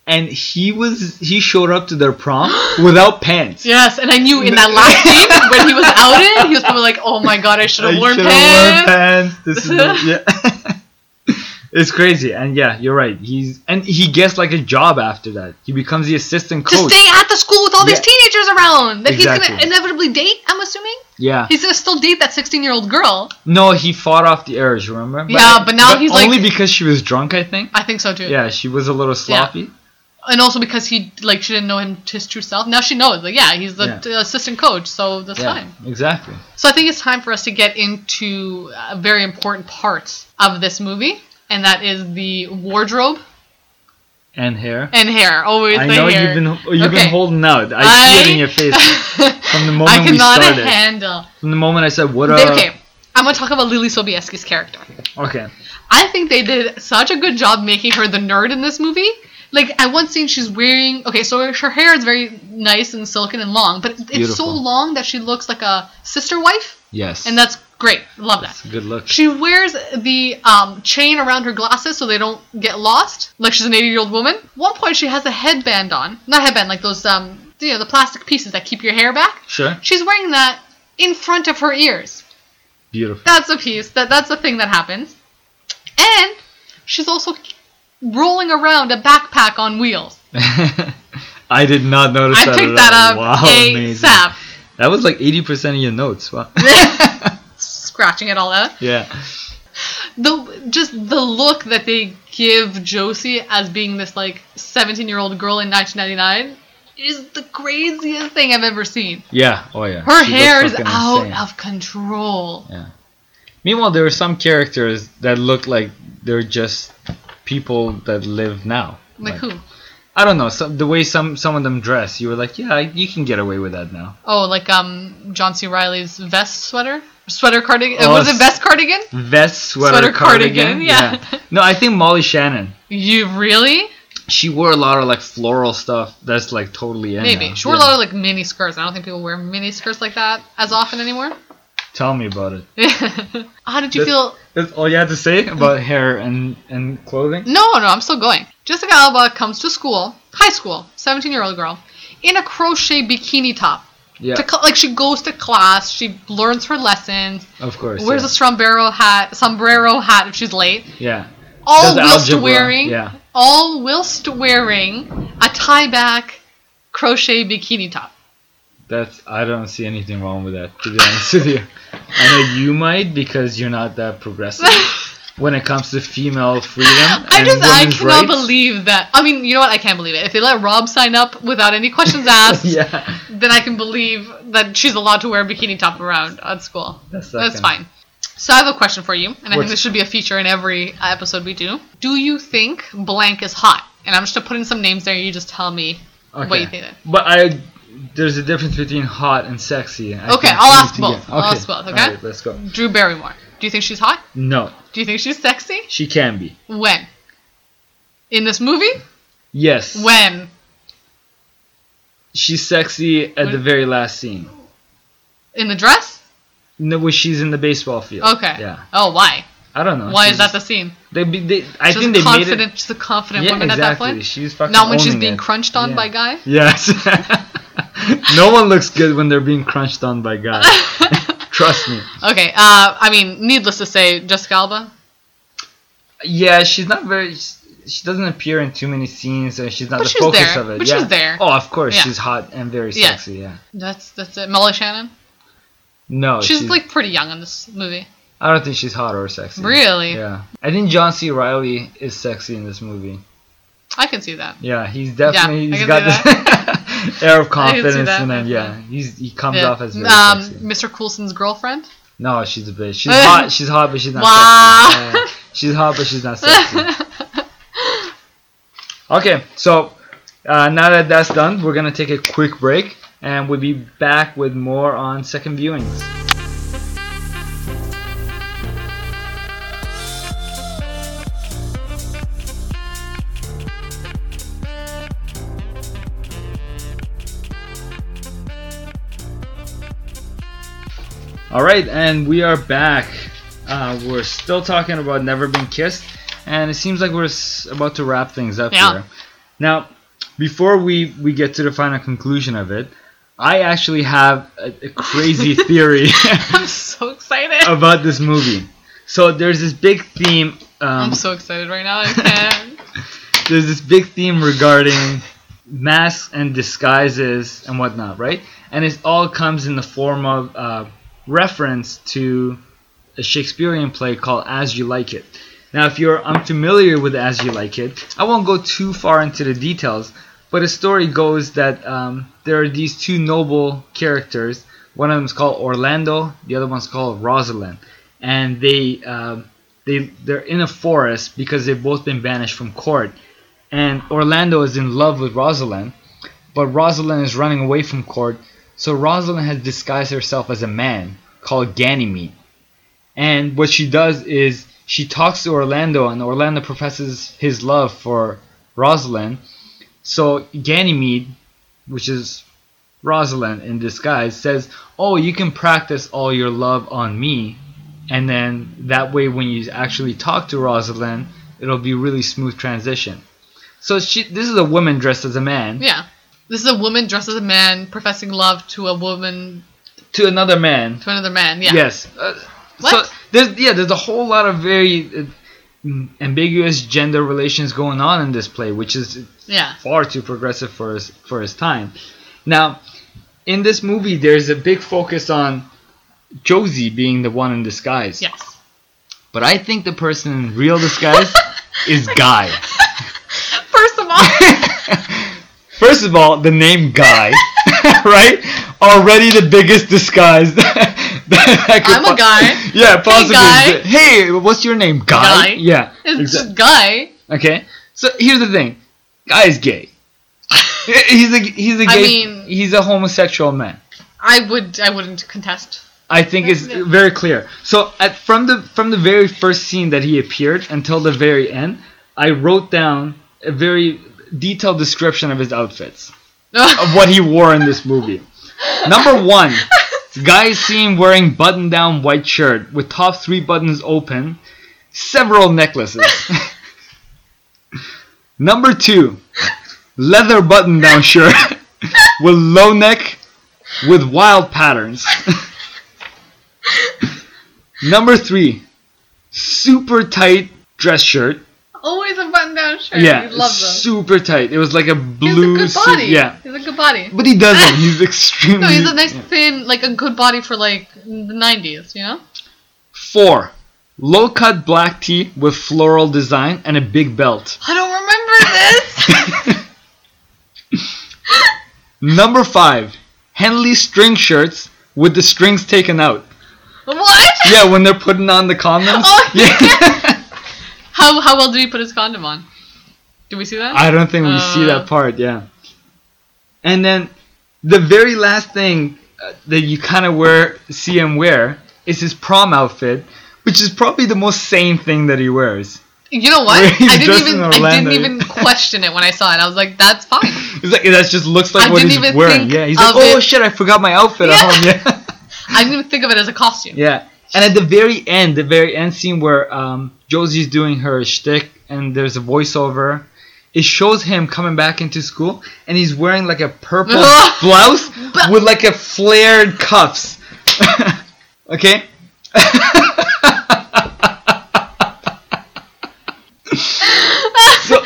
C: And he was he showed up to their prom <gasps> without pants.
D: Yes, and I knew in that last scene when he was outed, he was probably like, "Oh my god, I should
C: I
D: have worn
C: should've
D: pants."
C: pants. This is
D: <laughs>
C: the- yeah. <laughs> it's crazy, and yeah, you're right. He's and he gets like a job after that. He becomes the assistant
D: To
C: coach.
D: stay at the school with all these
C: Yeah.
D: teenagers around that he's gonna
C: Exactly.
D: inevitably date. I'm assuming
C: yeah.
D: he's gonna still date that 16 year old girl.
C: No, he fought off the errors. Remember?
D: Yeah, but now he's, like-
C: only because she was drunk. I think.
D: I think so too.
C: Yeah, she was a little sloppy.
D: And also because he like she didn't know him his true self. Now she knows. Like yeah, he's the
C: Yeah.
D: t- assistant coach, so that's
C: Yeah,
D: fine.
C: exactly.
D: So I think it's time for us to get into a very important part of this movie, and that is the wardrobe
C: And hair.
D: and hair. Always
C: I
D: the
C: know
D: hair.
C: you've
D: <laughs>
C: been you've
D: Okay.
C: been holding out. I, see it in your
D: <laughs>
C: face from the
D: I
C: moment we
D: cannot
C: started.
D: handle.
C: from the moment I said what up.
D: They- okay, I'm gonna talk about Lily Sobieski's character.
C: Okay.
D: I think they did such a good job making her the nerd in this movie. Like at one scene, she's wearing okay, so her hair is very nice and silken and long, but it's so
C: Beautiful.
D: long that she looks like a sister wife,
C: Yes.
D: and that's great. Love that.
C: good look.
D: She wears the um, chain around her glasses so they don't get lost, like she's an 80 year old woman. One point, she has a headband on, not headband, like those um, you know, the plastic pieces that keep your hair back.
C: Sure.
D: She's wearing that in front of her ears.
C: Beautiful. <laughs>
D: That's a piece. That that's a thing that happens. And she's also rolling around a backpack on wheels.
C: I did not notice
D: I
C: that.
D: picked
C: at
D: that
C: all.
D: up
C: Wow, amazing.
D: ASAP.
C: That was like eighty percent of your notes. Wow.
D: Scratching it all out.
C: yeah.
D: The just the look that they give Josie as being this like 17 year old girl in 1999 is the craziest thing I've ever seen.
C: Yeah. Oh yeah.
D: Her
C: She looks
D: hair is
C: fucking
D: out
C: insane.
D: of control.
C: Yeah. Meanwhile, there were some characters that looked like they're just people that live now.
D: Like who?
C: I don't know. Some, the way some some of them dress, you were like, yeah, I, you can get away with that now.
D: Oh, like um John C. Riley's vest sweater, sweater cardigan.
C: Oh,
D: was it
C: s-
D: vest cardigan?
C: Vest, sweater,
D: Sweater,
C: cardigan.
D: cardigan, yeah.
C: No, I think Molly Shannon.
D: You really?
C: She wore a lot of like floral stuff that's like totally in.
D: Maybe.
C: now.
D: She wore
C: Yeah.
D: a lot of like mini skirts. I don't think people wear mini skirts like that as often anymore. <laughs>
C: Tell me about it.
D: How did you
C: This-
D: feel?
C: That's all you had to say about hair and and clothing.
D: No, no, I'm still going. Jessica Alba comes to school, high school, 17 year old girl, in a crochet bikini top.
C: Yeah.
D: To cl- like she goes to class, she learns her lessons,
C: Of course.
D: wears
C: yeah.
D: a sombrero hat, sombrero hat if she's late,
C: yeah.
D: all
C: Does
D: whilst
C: algebra,
D: wearing,
C: yeah.
D: all whilst wearing a tie back crochet bikini top.
C: That's I don't see anything wrong with that. To be honest with you, I know you might because you're not that
D: <laughs>
C: progressive when it comes to female freedom
D: I
C: and
D: just I
C: women's
D: cannot
C: rights. <laughs>
D: believe that. I mean, you know what? I can't believe it. If they let Rob sign up without any questions
C: <laughs>
D: asked,
C: yeah,
D: then I can believe that she's allowed to wear a bikini top around at school.
C: That's
D: That's
C: second.
D: fine. So I have a question for you, and I think
C: What's-
D: this should be a feature in every episode we do. Do you think blank is hot? And I'm just gonna put in some names there. You just tell me what you think. Then.
C: But I there's a difference between hot and sexy. I
D: Okay,
C: think
D: I'll
C: we
D: ask
C: need to
D: both. I'll ask both, okay?
C: Alright, let's go.
D: Drew Barrymore. Do you think she's hot?
C: No,
D: Do you think she's sexy?
C: she can be.
D: When? In this movie?
C: Yes,
D: When?
C: she's sexy at the very last scene.
D: In the dress?
C: No, when she's in the baseball field.
D: Okay.
C: Yeah,
D: Oh, why?
C: I don't know.
D: Why
C: She's
D: is
C: just-
D: that the scene?
C: They, be- they, I
D: She's
C: think they made
D: confident.
C: it.
D: She's a confident
C: Yeah,
D: woman
C: exactly.
D: at that point.
C: She's fucking
D: Not when she's
C: owning
D: being
C: it.
D: crunched on
C: Yeah.
D: by guy.
C: Yes. <laughs> no one looks good when they're being crunched on by
D: <laughs>
C: guys. Trust me.
D: Okay. Uh, I mean, needless to say, Jessica Alba.
C: Yeah, she's not very. She doesn't appear in too many scenes, and she's not
D: But
C: the
D: she's
C: focus
D: there.
C: of it.
D: But
C: yeah.
D: she's there.
C: Oh, of course,
D: Yeah.
C: she's hot and very
D: Yeah.
C: sexy. Yeah.
D: That's that's it. Molly Shannon.
C: No,
D: She's like pretty young in this movie.
C: I don't think she's hot or sexy.
D: Really,
C: Yeah. I think John C. Riley is sexy in this movie.
D: I can see that.
C: Yeah, he's definitely
D: I
C: he's
D: can
C: got
D: see
C: this <laughs> air of
D: I can see
C: confidence,
D: that.
C: and then yeah, he's he comes
D: Yeah.
C: off as very
D: um,
C: sexy.
D: Mr. Coulson's girlfriend. <laughs>
C: No, she's a bitch. She's hot. She's hot, but she's not
D: Wow.
C: sexy. Yeah. She's hot, but she's not sexy. okay, so uh, now that that's done, we're gonna take a quick break, and we'll be back with more on second viewings. All right, and we are back. Uh, we're still talking about Never Been Kissed, and it seems like we're s- about to wrap things up
D: Yeah.
C: here. Now, before we, we get to the final conclusion of it, I actually have a, a crazy <laughs> theory
D: I'm so excited.
C: about this movie. So there's this big theme. Um,
D: I'm so excited right now. I can't.
C: <laughs> there's this big theme regarding masks and disguises and whatnot, right? And it all comes in the form of uh, reference to a Shakespearean play called As You Like It. Now, if you're unfamiliar with As You Like It, I won't go too far into the details, but the story goes that um, there are these two noble characters. One of them is called Orlando, the other one's called Rosalind, and they um, they they're in a forest because they've both been banished from court. And Orlando is in love with Rosalind, but Rosalind is running away from court, so Rosalind has disguised herself as a man called Ganymede. And what she does is she talks to Orlando, and Orlando professes his love for Rosalind. So Ganymede, which is Rosalind in disguise, says, Oh, you can practice all your love on me. And then that way, when you actually talk to Rosalind, it'll be really smooth transition. So she, this is a woman dressed as a man
D: yeah. This is a woman dressed as a man professing love to a woman
C: to another man.
D: to another man. Yeah.
C: Yes. Uh,
D: What?
C: So there's yeah, there's a whole lot of very uh, ambiguous gender relations going on in this play, which is
D: Yeah.
C: far too progressive for his for his time. Now, in this movie, there's a big focus on Josie being the one in disguise.
D: Yes.
C: But I think the person in real
D: <laughs>
C: disguise is Guy.
D: First of
C: <laughs>
D: all,
C: First of all, the name Guy, <laughs> right? Already the biggest disguise. <laughs> that, that could
D: I'm a guy.
C: <laughs> Yeah, possibly.
D: Guy.
C: exist. Hey, what's your name? Guy.
D: Guy.
C: Yeah.
D: It's
C: exact-
D: just guy.
C: Okay. So here's the thing. Guy is
D: <laughs>
C: gay. he's a he's a gay.
D: I mean-
C: he's a homosexual man.
D: I would. I wouldn't contest.
C: I think it's
D: Yeah.
C: very clear. So at from the from the very first scene that he appeared until the very end, I wrote down a very detailed description of his outfits of what he wore in this movie. Number one, guy is seen wearing button-down white shirt with top three buttons open, several necklaces. <laughs> Number two, leather button-down shirt <laughs> with low neck with wild patterns. <laughs> Number three, super tight dress shirt.
D: <laughs> Always a button-down shirt.
C: yeah,
D: we love them.
C: super tight. It was like a
D: He has
C: blue
D: a good body.
C: suit. Yeah,
D: He's a good body.
C: but he
D: <laughs>
C: doesn't. He's extremely.
D: No, he's a nice thin, like a good body for like the '90s. You know.
C: Four, low cut black tee with floral design and a big
D: <laughs>
C: belt.
D: I don't
C: <laughs>
D: remember this. <laughs>
C: Number five, Henley string shirts with the strings taken out.
D: what?
C: Yeah, when they're putting on the condoms.
D: Oh,
C: <laughs> yeah.
D: How how well did he put his condom on? Did we see that?
C: I don't think we see
D: Uh.
C: that part, yeah. And then the very last thing uh, that you kind of wear, see him wear, is his prom outfit, which is probably the most sane thing that he wears.
D: you
C: <laughs>
D: know what?
C: He's
D: I didn't
C: dressed
D: even
C: in
D: I
C: Orlando.
D: didn't
C: <laughs>
D: even question it when I saw it. I was like, that's fine.
C: It's like that just looks like
D: I
C: what
D: didn't
C: he's
D: even
C: wearing.
D: think
C: Yeah, he's
D: of
C: like, oh
D: it."
C: shit, I forgot my outfit
D: Yeah.
C: at home. <laughs> Yeah.
D: I didn't even think of it as a costume.
C: Yeah, and at the very end, the very end scene where um, Josie's doing her shtick and there's a voiceover, it shows him coming back into school and he's wearing like a purple
D: <laughs>
C: blouse with like a flared cuffs. <laughs> okay. so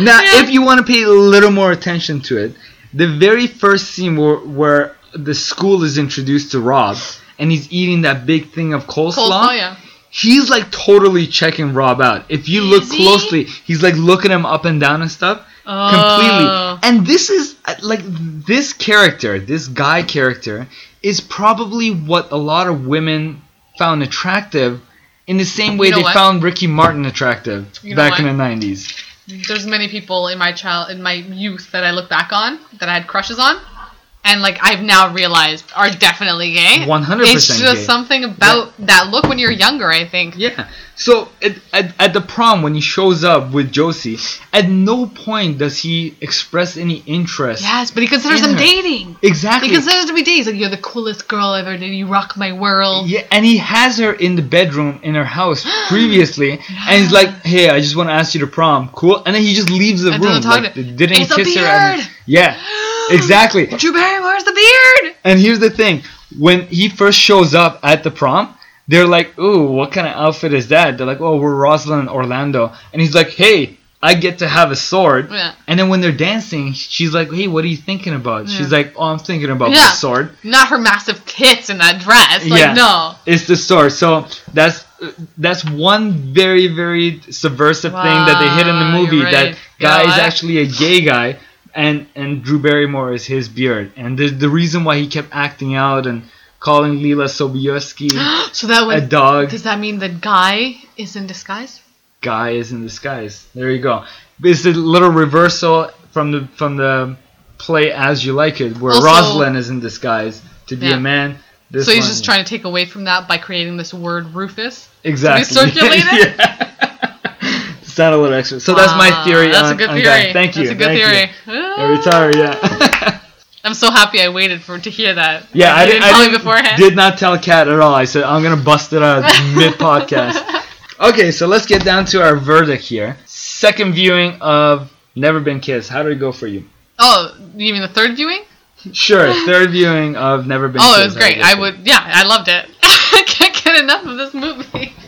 C: now, if you want to pay a little more attention to it, the very first scene where, where the school is introduced to Rob and he's eating that big thing of coleslaw,
D: Coleslaw, yeah.
C: he's like totally checking Rob out. If you look
D: Is he?
C: closely, he's like looking him up and down and stuff.
D: Oh.
C: Completely. And this is uh, like this character, this guy character, is probably what a lot of women found attractive in the same way
D: You know
C: they
D: what?
C: found Ricky Martin attractive
D: You know
C: back in
D: what?
C: the 90s.
D: There's many people in my child in my youth that I look back on that I had crushes on. and like I've now realized are definitely gay.
C: 100%
D: It's just
C: gay.
D: something about that look when you're younger. I think.
C: Yeah. So at, at, at the prom when he shows up with Josie, at no point does he express any interest.
D: Yes, but he considers them
C: Yeah.
D: dating.
C: Exactly.
D: He considers to be dating. He's like, "You're the coolest girl I've ever. You rock my world."
C: yeah, and he has her in the bedroom in her
D: <gasps>
C: house previously, and he's like, "Hey, I just want to ask you to prom, cool?" And then he just leaves the
D: And
C: room,
D: doesn't talk
C: like,
D: to-
C: didn't
D: It's a
C: kiss her. and-
D: beard! <gasps>
C: yeah, exactly.
D: Drew Barrymore's the beard.
C: And here's the thing: when he first shows up at the prom, they're like, "Ooh, what kind of outfit is that?" They're like, "Oh, we're Rosalind Orlando," and he's like, "Hey, I get to have a sword."
D: Yeah.
C: And then when they're dancing, she's like, "Hey, what are you thinking about?" She's
D: Yeah.
C: like, "Oh, I'm thinking about
D: Yeah.
C: the sword."
D: Not her massive tits in that dress. Like,
C: Yeah.
D: no. <gasps>
C: It's the sword. So that's that's one very very subversive thing that they hit in
D: Wow,
C: the movie
D: you're
C: that
D: right.
C: guy
D: Yeah,
C: is
D: I-
C: actually a gay guy. And, and Drew Barrymore is his beard, and the, the reason why he kept acting out and calling Lila
D: <gasps>
C: Sobieski
D: So that
C: a
D: was.
C: dog
D: Does that mean the guy is in disguise?
C: guy is in disguise. There you go. It's a little reversal from the from the play As You Like It, where
D: Also-
C: Rosalind is in disguise to be
D: Yeah.
C: a man. This
D: So he's
C: one-
D: just trying to take away from that by creating this word Rufus.
C: exactly <laughs>
D: circulated?
C: yeah. It's not a little extra. So that's my
D: Ah,
C: theory.
D: That's
C: on,
D: a good
C: on
D: theory.
C: guy. Thank you.
D: That's a good
C: thank you.
D: theory. Ah.
C: I retire.
D: <laughs>
C: Yeah.
D: I'm so happy I waited for to hear that.
C: yeah. I
D: You
C: didn't. I
D: tell me
C: didn't-
D: beforehand.
C: Did not tell Kat at all. I said I'm gonna bust it
D: <laughs>
C: out mid podcast. Okay, so let's get down to our verdict here. Second viewing of Never Been Kissed. How did it go for you?
D: Oh, you mean the third viewing? <laughs>
C: Sure, third viewing of Never Been
D: Oh,
C: Kissed.
D: it was great.
C: How did
D: I
C: it go for you?
D: would. Yeah, I loved it. <laughs> I can't get enough of this movie. <laughs>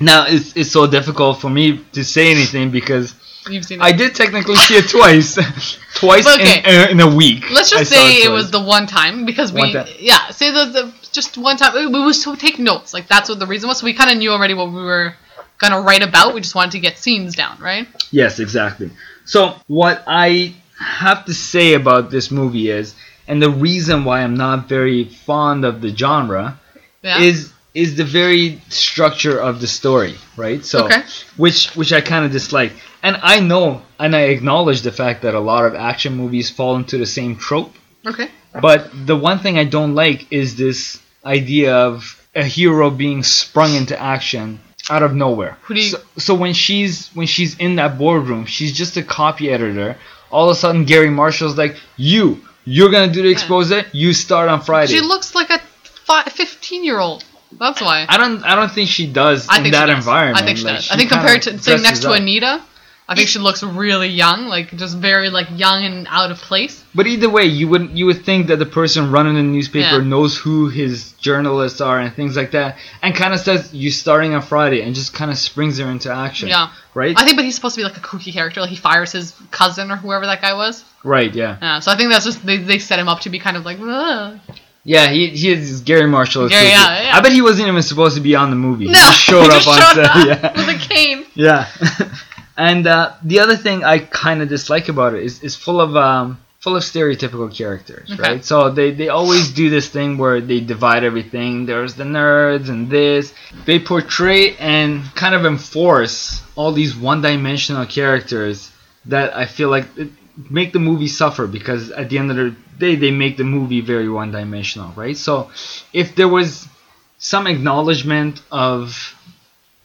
C: Now it's it's so difficult for me to say anything because
D: You've seen it.
C: I did technically see it twice, <laughs> twice
D: Okay.
C: in, uh, in a week.
D: Let's just
C: I saw
D: say it,
C: twice.
D: was the one time because we,
C: One time.
D: yeah, say the, the just one time. We was to take notes, like that's what the reason was. So we kind of knew already what we were gonna write about. We just wanted to get scenes down, right?
C: Yes, exactly. So, what I have to say about this movie is, and the reason why I'm not very fond of the genre
D: Yeah.
C: is is the very structure of the story, right? So,
D: Okay.
C: which which I kind of dislike. And I know and I acknowledge the fact that a lot of action movies fall into the same trope,
D: okay.
C: but the one thing I don't like is this idea of a hero being sprung into action out of nowhere.
D: Who do you-
C: so, so when she's when she's in that boardroom, she's just a copy editor. All of a sudden, Gary Marshall's like, "You, you're gonna do the expose. You start on Friday."
D: She looks like a fi- fifteen-year-old. That's why.
C: I don't. I don't think she does
D: I
C: in
D: think
C: that
D: she does.
C: environment.
D: I think she
C: Like,
D: does.
C: she
D: I think
C: kinda
D: compared to sitting next
C: dresses
D: to
C: up.
D: Anita, I think she looks really young, like just very like young and out of place.
C: But either way, you would you would think that the person running the newspaper
D: Yeah.
C: knows who his journalists are and things like that, and kind of says you starting on Friday, and just kind of springs her into action.
D: Yeah.
C: Right.
D: I think, but he's supposed to be like a kooky character. Like he fires his cousin or whoever that guy was.
C: right. Yeah.
D: Yeah, so I think that's just they, they set him up to be kind of like, "Ugh."
C: Yeah. He he is Gary Marshall. is
D: Gary,
C: creepy.
D: yeah, yeah.
C: I bet he wasn't even supposed to be on the movie.
D: no,
C: He just showed
D: <laughs>
C: up
D: just
C: on
D: showed
C: set.
D: up <laughs>
C: Yeah.
D: with a cane.
C: Yeah. <laughs> and uh, the other thing I kind of dislike about it is it's full of um, full of stereotypical characters,
D: Okay.
C: right? So they, they always do this thing where they divide everything. There's the nerds and this. They portray and kind of enforce all these one-dimensional characters that I feel like it- make the movie suffer because at the end of the day they make the movie very one-dimensional, right? So if there was some acknowledgement of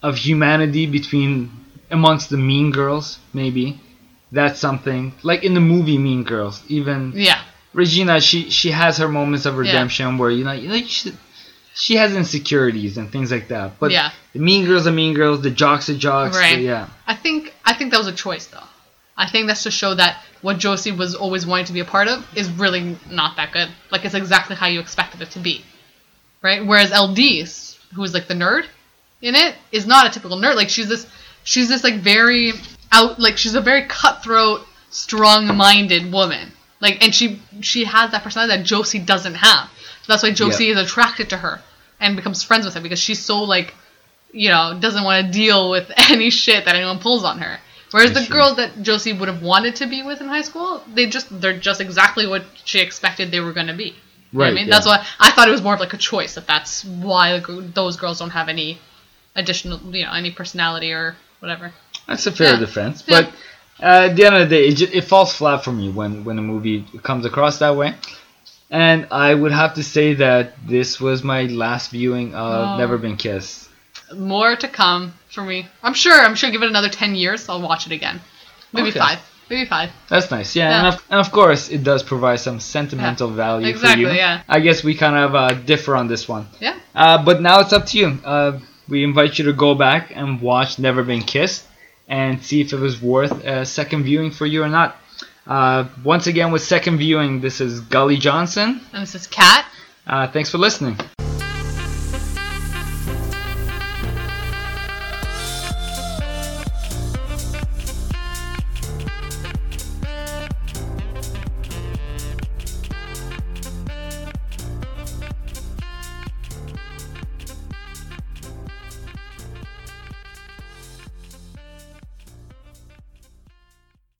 C: of humanity between amongst the mean girls maybe that's something like in the movie mean girls even
D: Yeah,
C: regina she she has her moments of redemption where you know, you know you should- she has insecurities and things like that but
D: Yeah.
C: the mean girls are mean girls the jocks are jocks the-
D: Right.
C: yeah
D: I think I think that was a choice though. I think that's to show that what Josie was always wanting to be a part of is really not that good. Like it's exactly how you expected it to be, right? Whereas LD's, who is like the nerd in it, is not a typical nerd. Like she's this, she's this like very out, like she's a very cutthroat, strong-minded woman. Like and she she has that personality that Josie doesn't have. So that's why Josie
C: Yeah.
D: is attracted to her and becomes friends with her because she's so like you know, doesn't want to deal with <laughs> any shit that anyone pulls on her. Whereas the
C: see.
D: girls that Josie would have wanted to be with in high school, they just they're just exactly what she expected they were going to be. You know what
C: Right,
D: I mean,
C: yeah.
D: that's why I thought it was more of like a choice that that's why the gr- those girls don't have any additional, you know, any personality or whatever.
C: That's a fair
D: Yeah.
C: defense,
D: Yeah.
C: but uh, at the end of the day, it, ju- it falls flat for me when when a movie comes across that way. And I would have to say that this was my last viewing of
D: Oh.
C: Never Been Kissed.
D: More to come for me. I'm sure. I'm sure. Give it another ten years, I'll watch it again. Maybe
C: Okay.
D: five. Maybe five.
C: That's nice, yeah.
D: Yeah.
C: And, of, and of course, it does provide some sentimental value
D: Exactly,
C: for you.
D: yeah.
C: I guess we kind of uh, differ on this one.
D: Yeah.
C: Uh, but now it's up to you. Uh, we invite you to go back and watch Never Been Kissed and see if it was worth a second viewing for you or not. Uh, once again, with second viewing, this is Gully Johnson.
D: And this is Cat.
C: Uh, thanks for listening.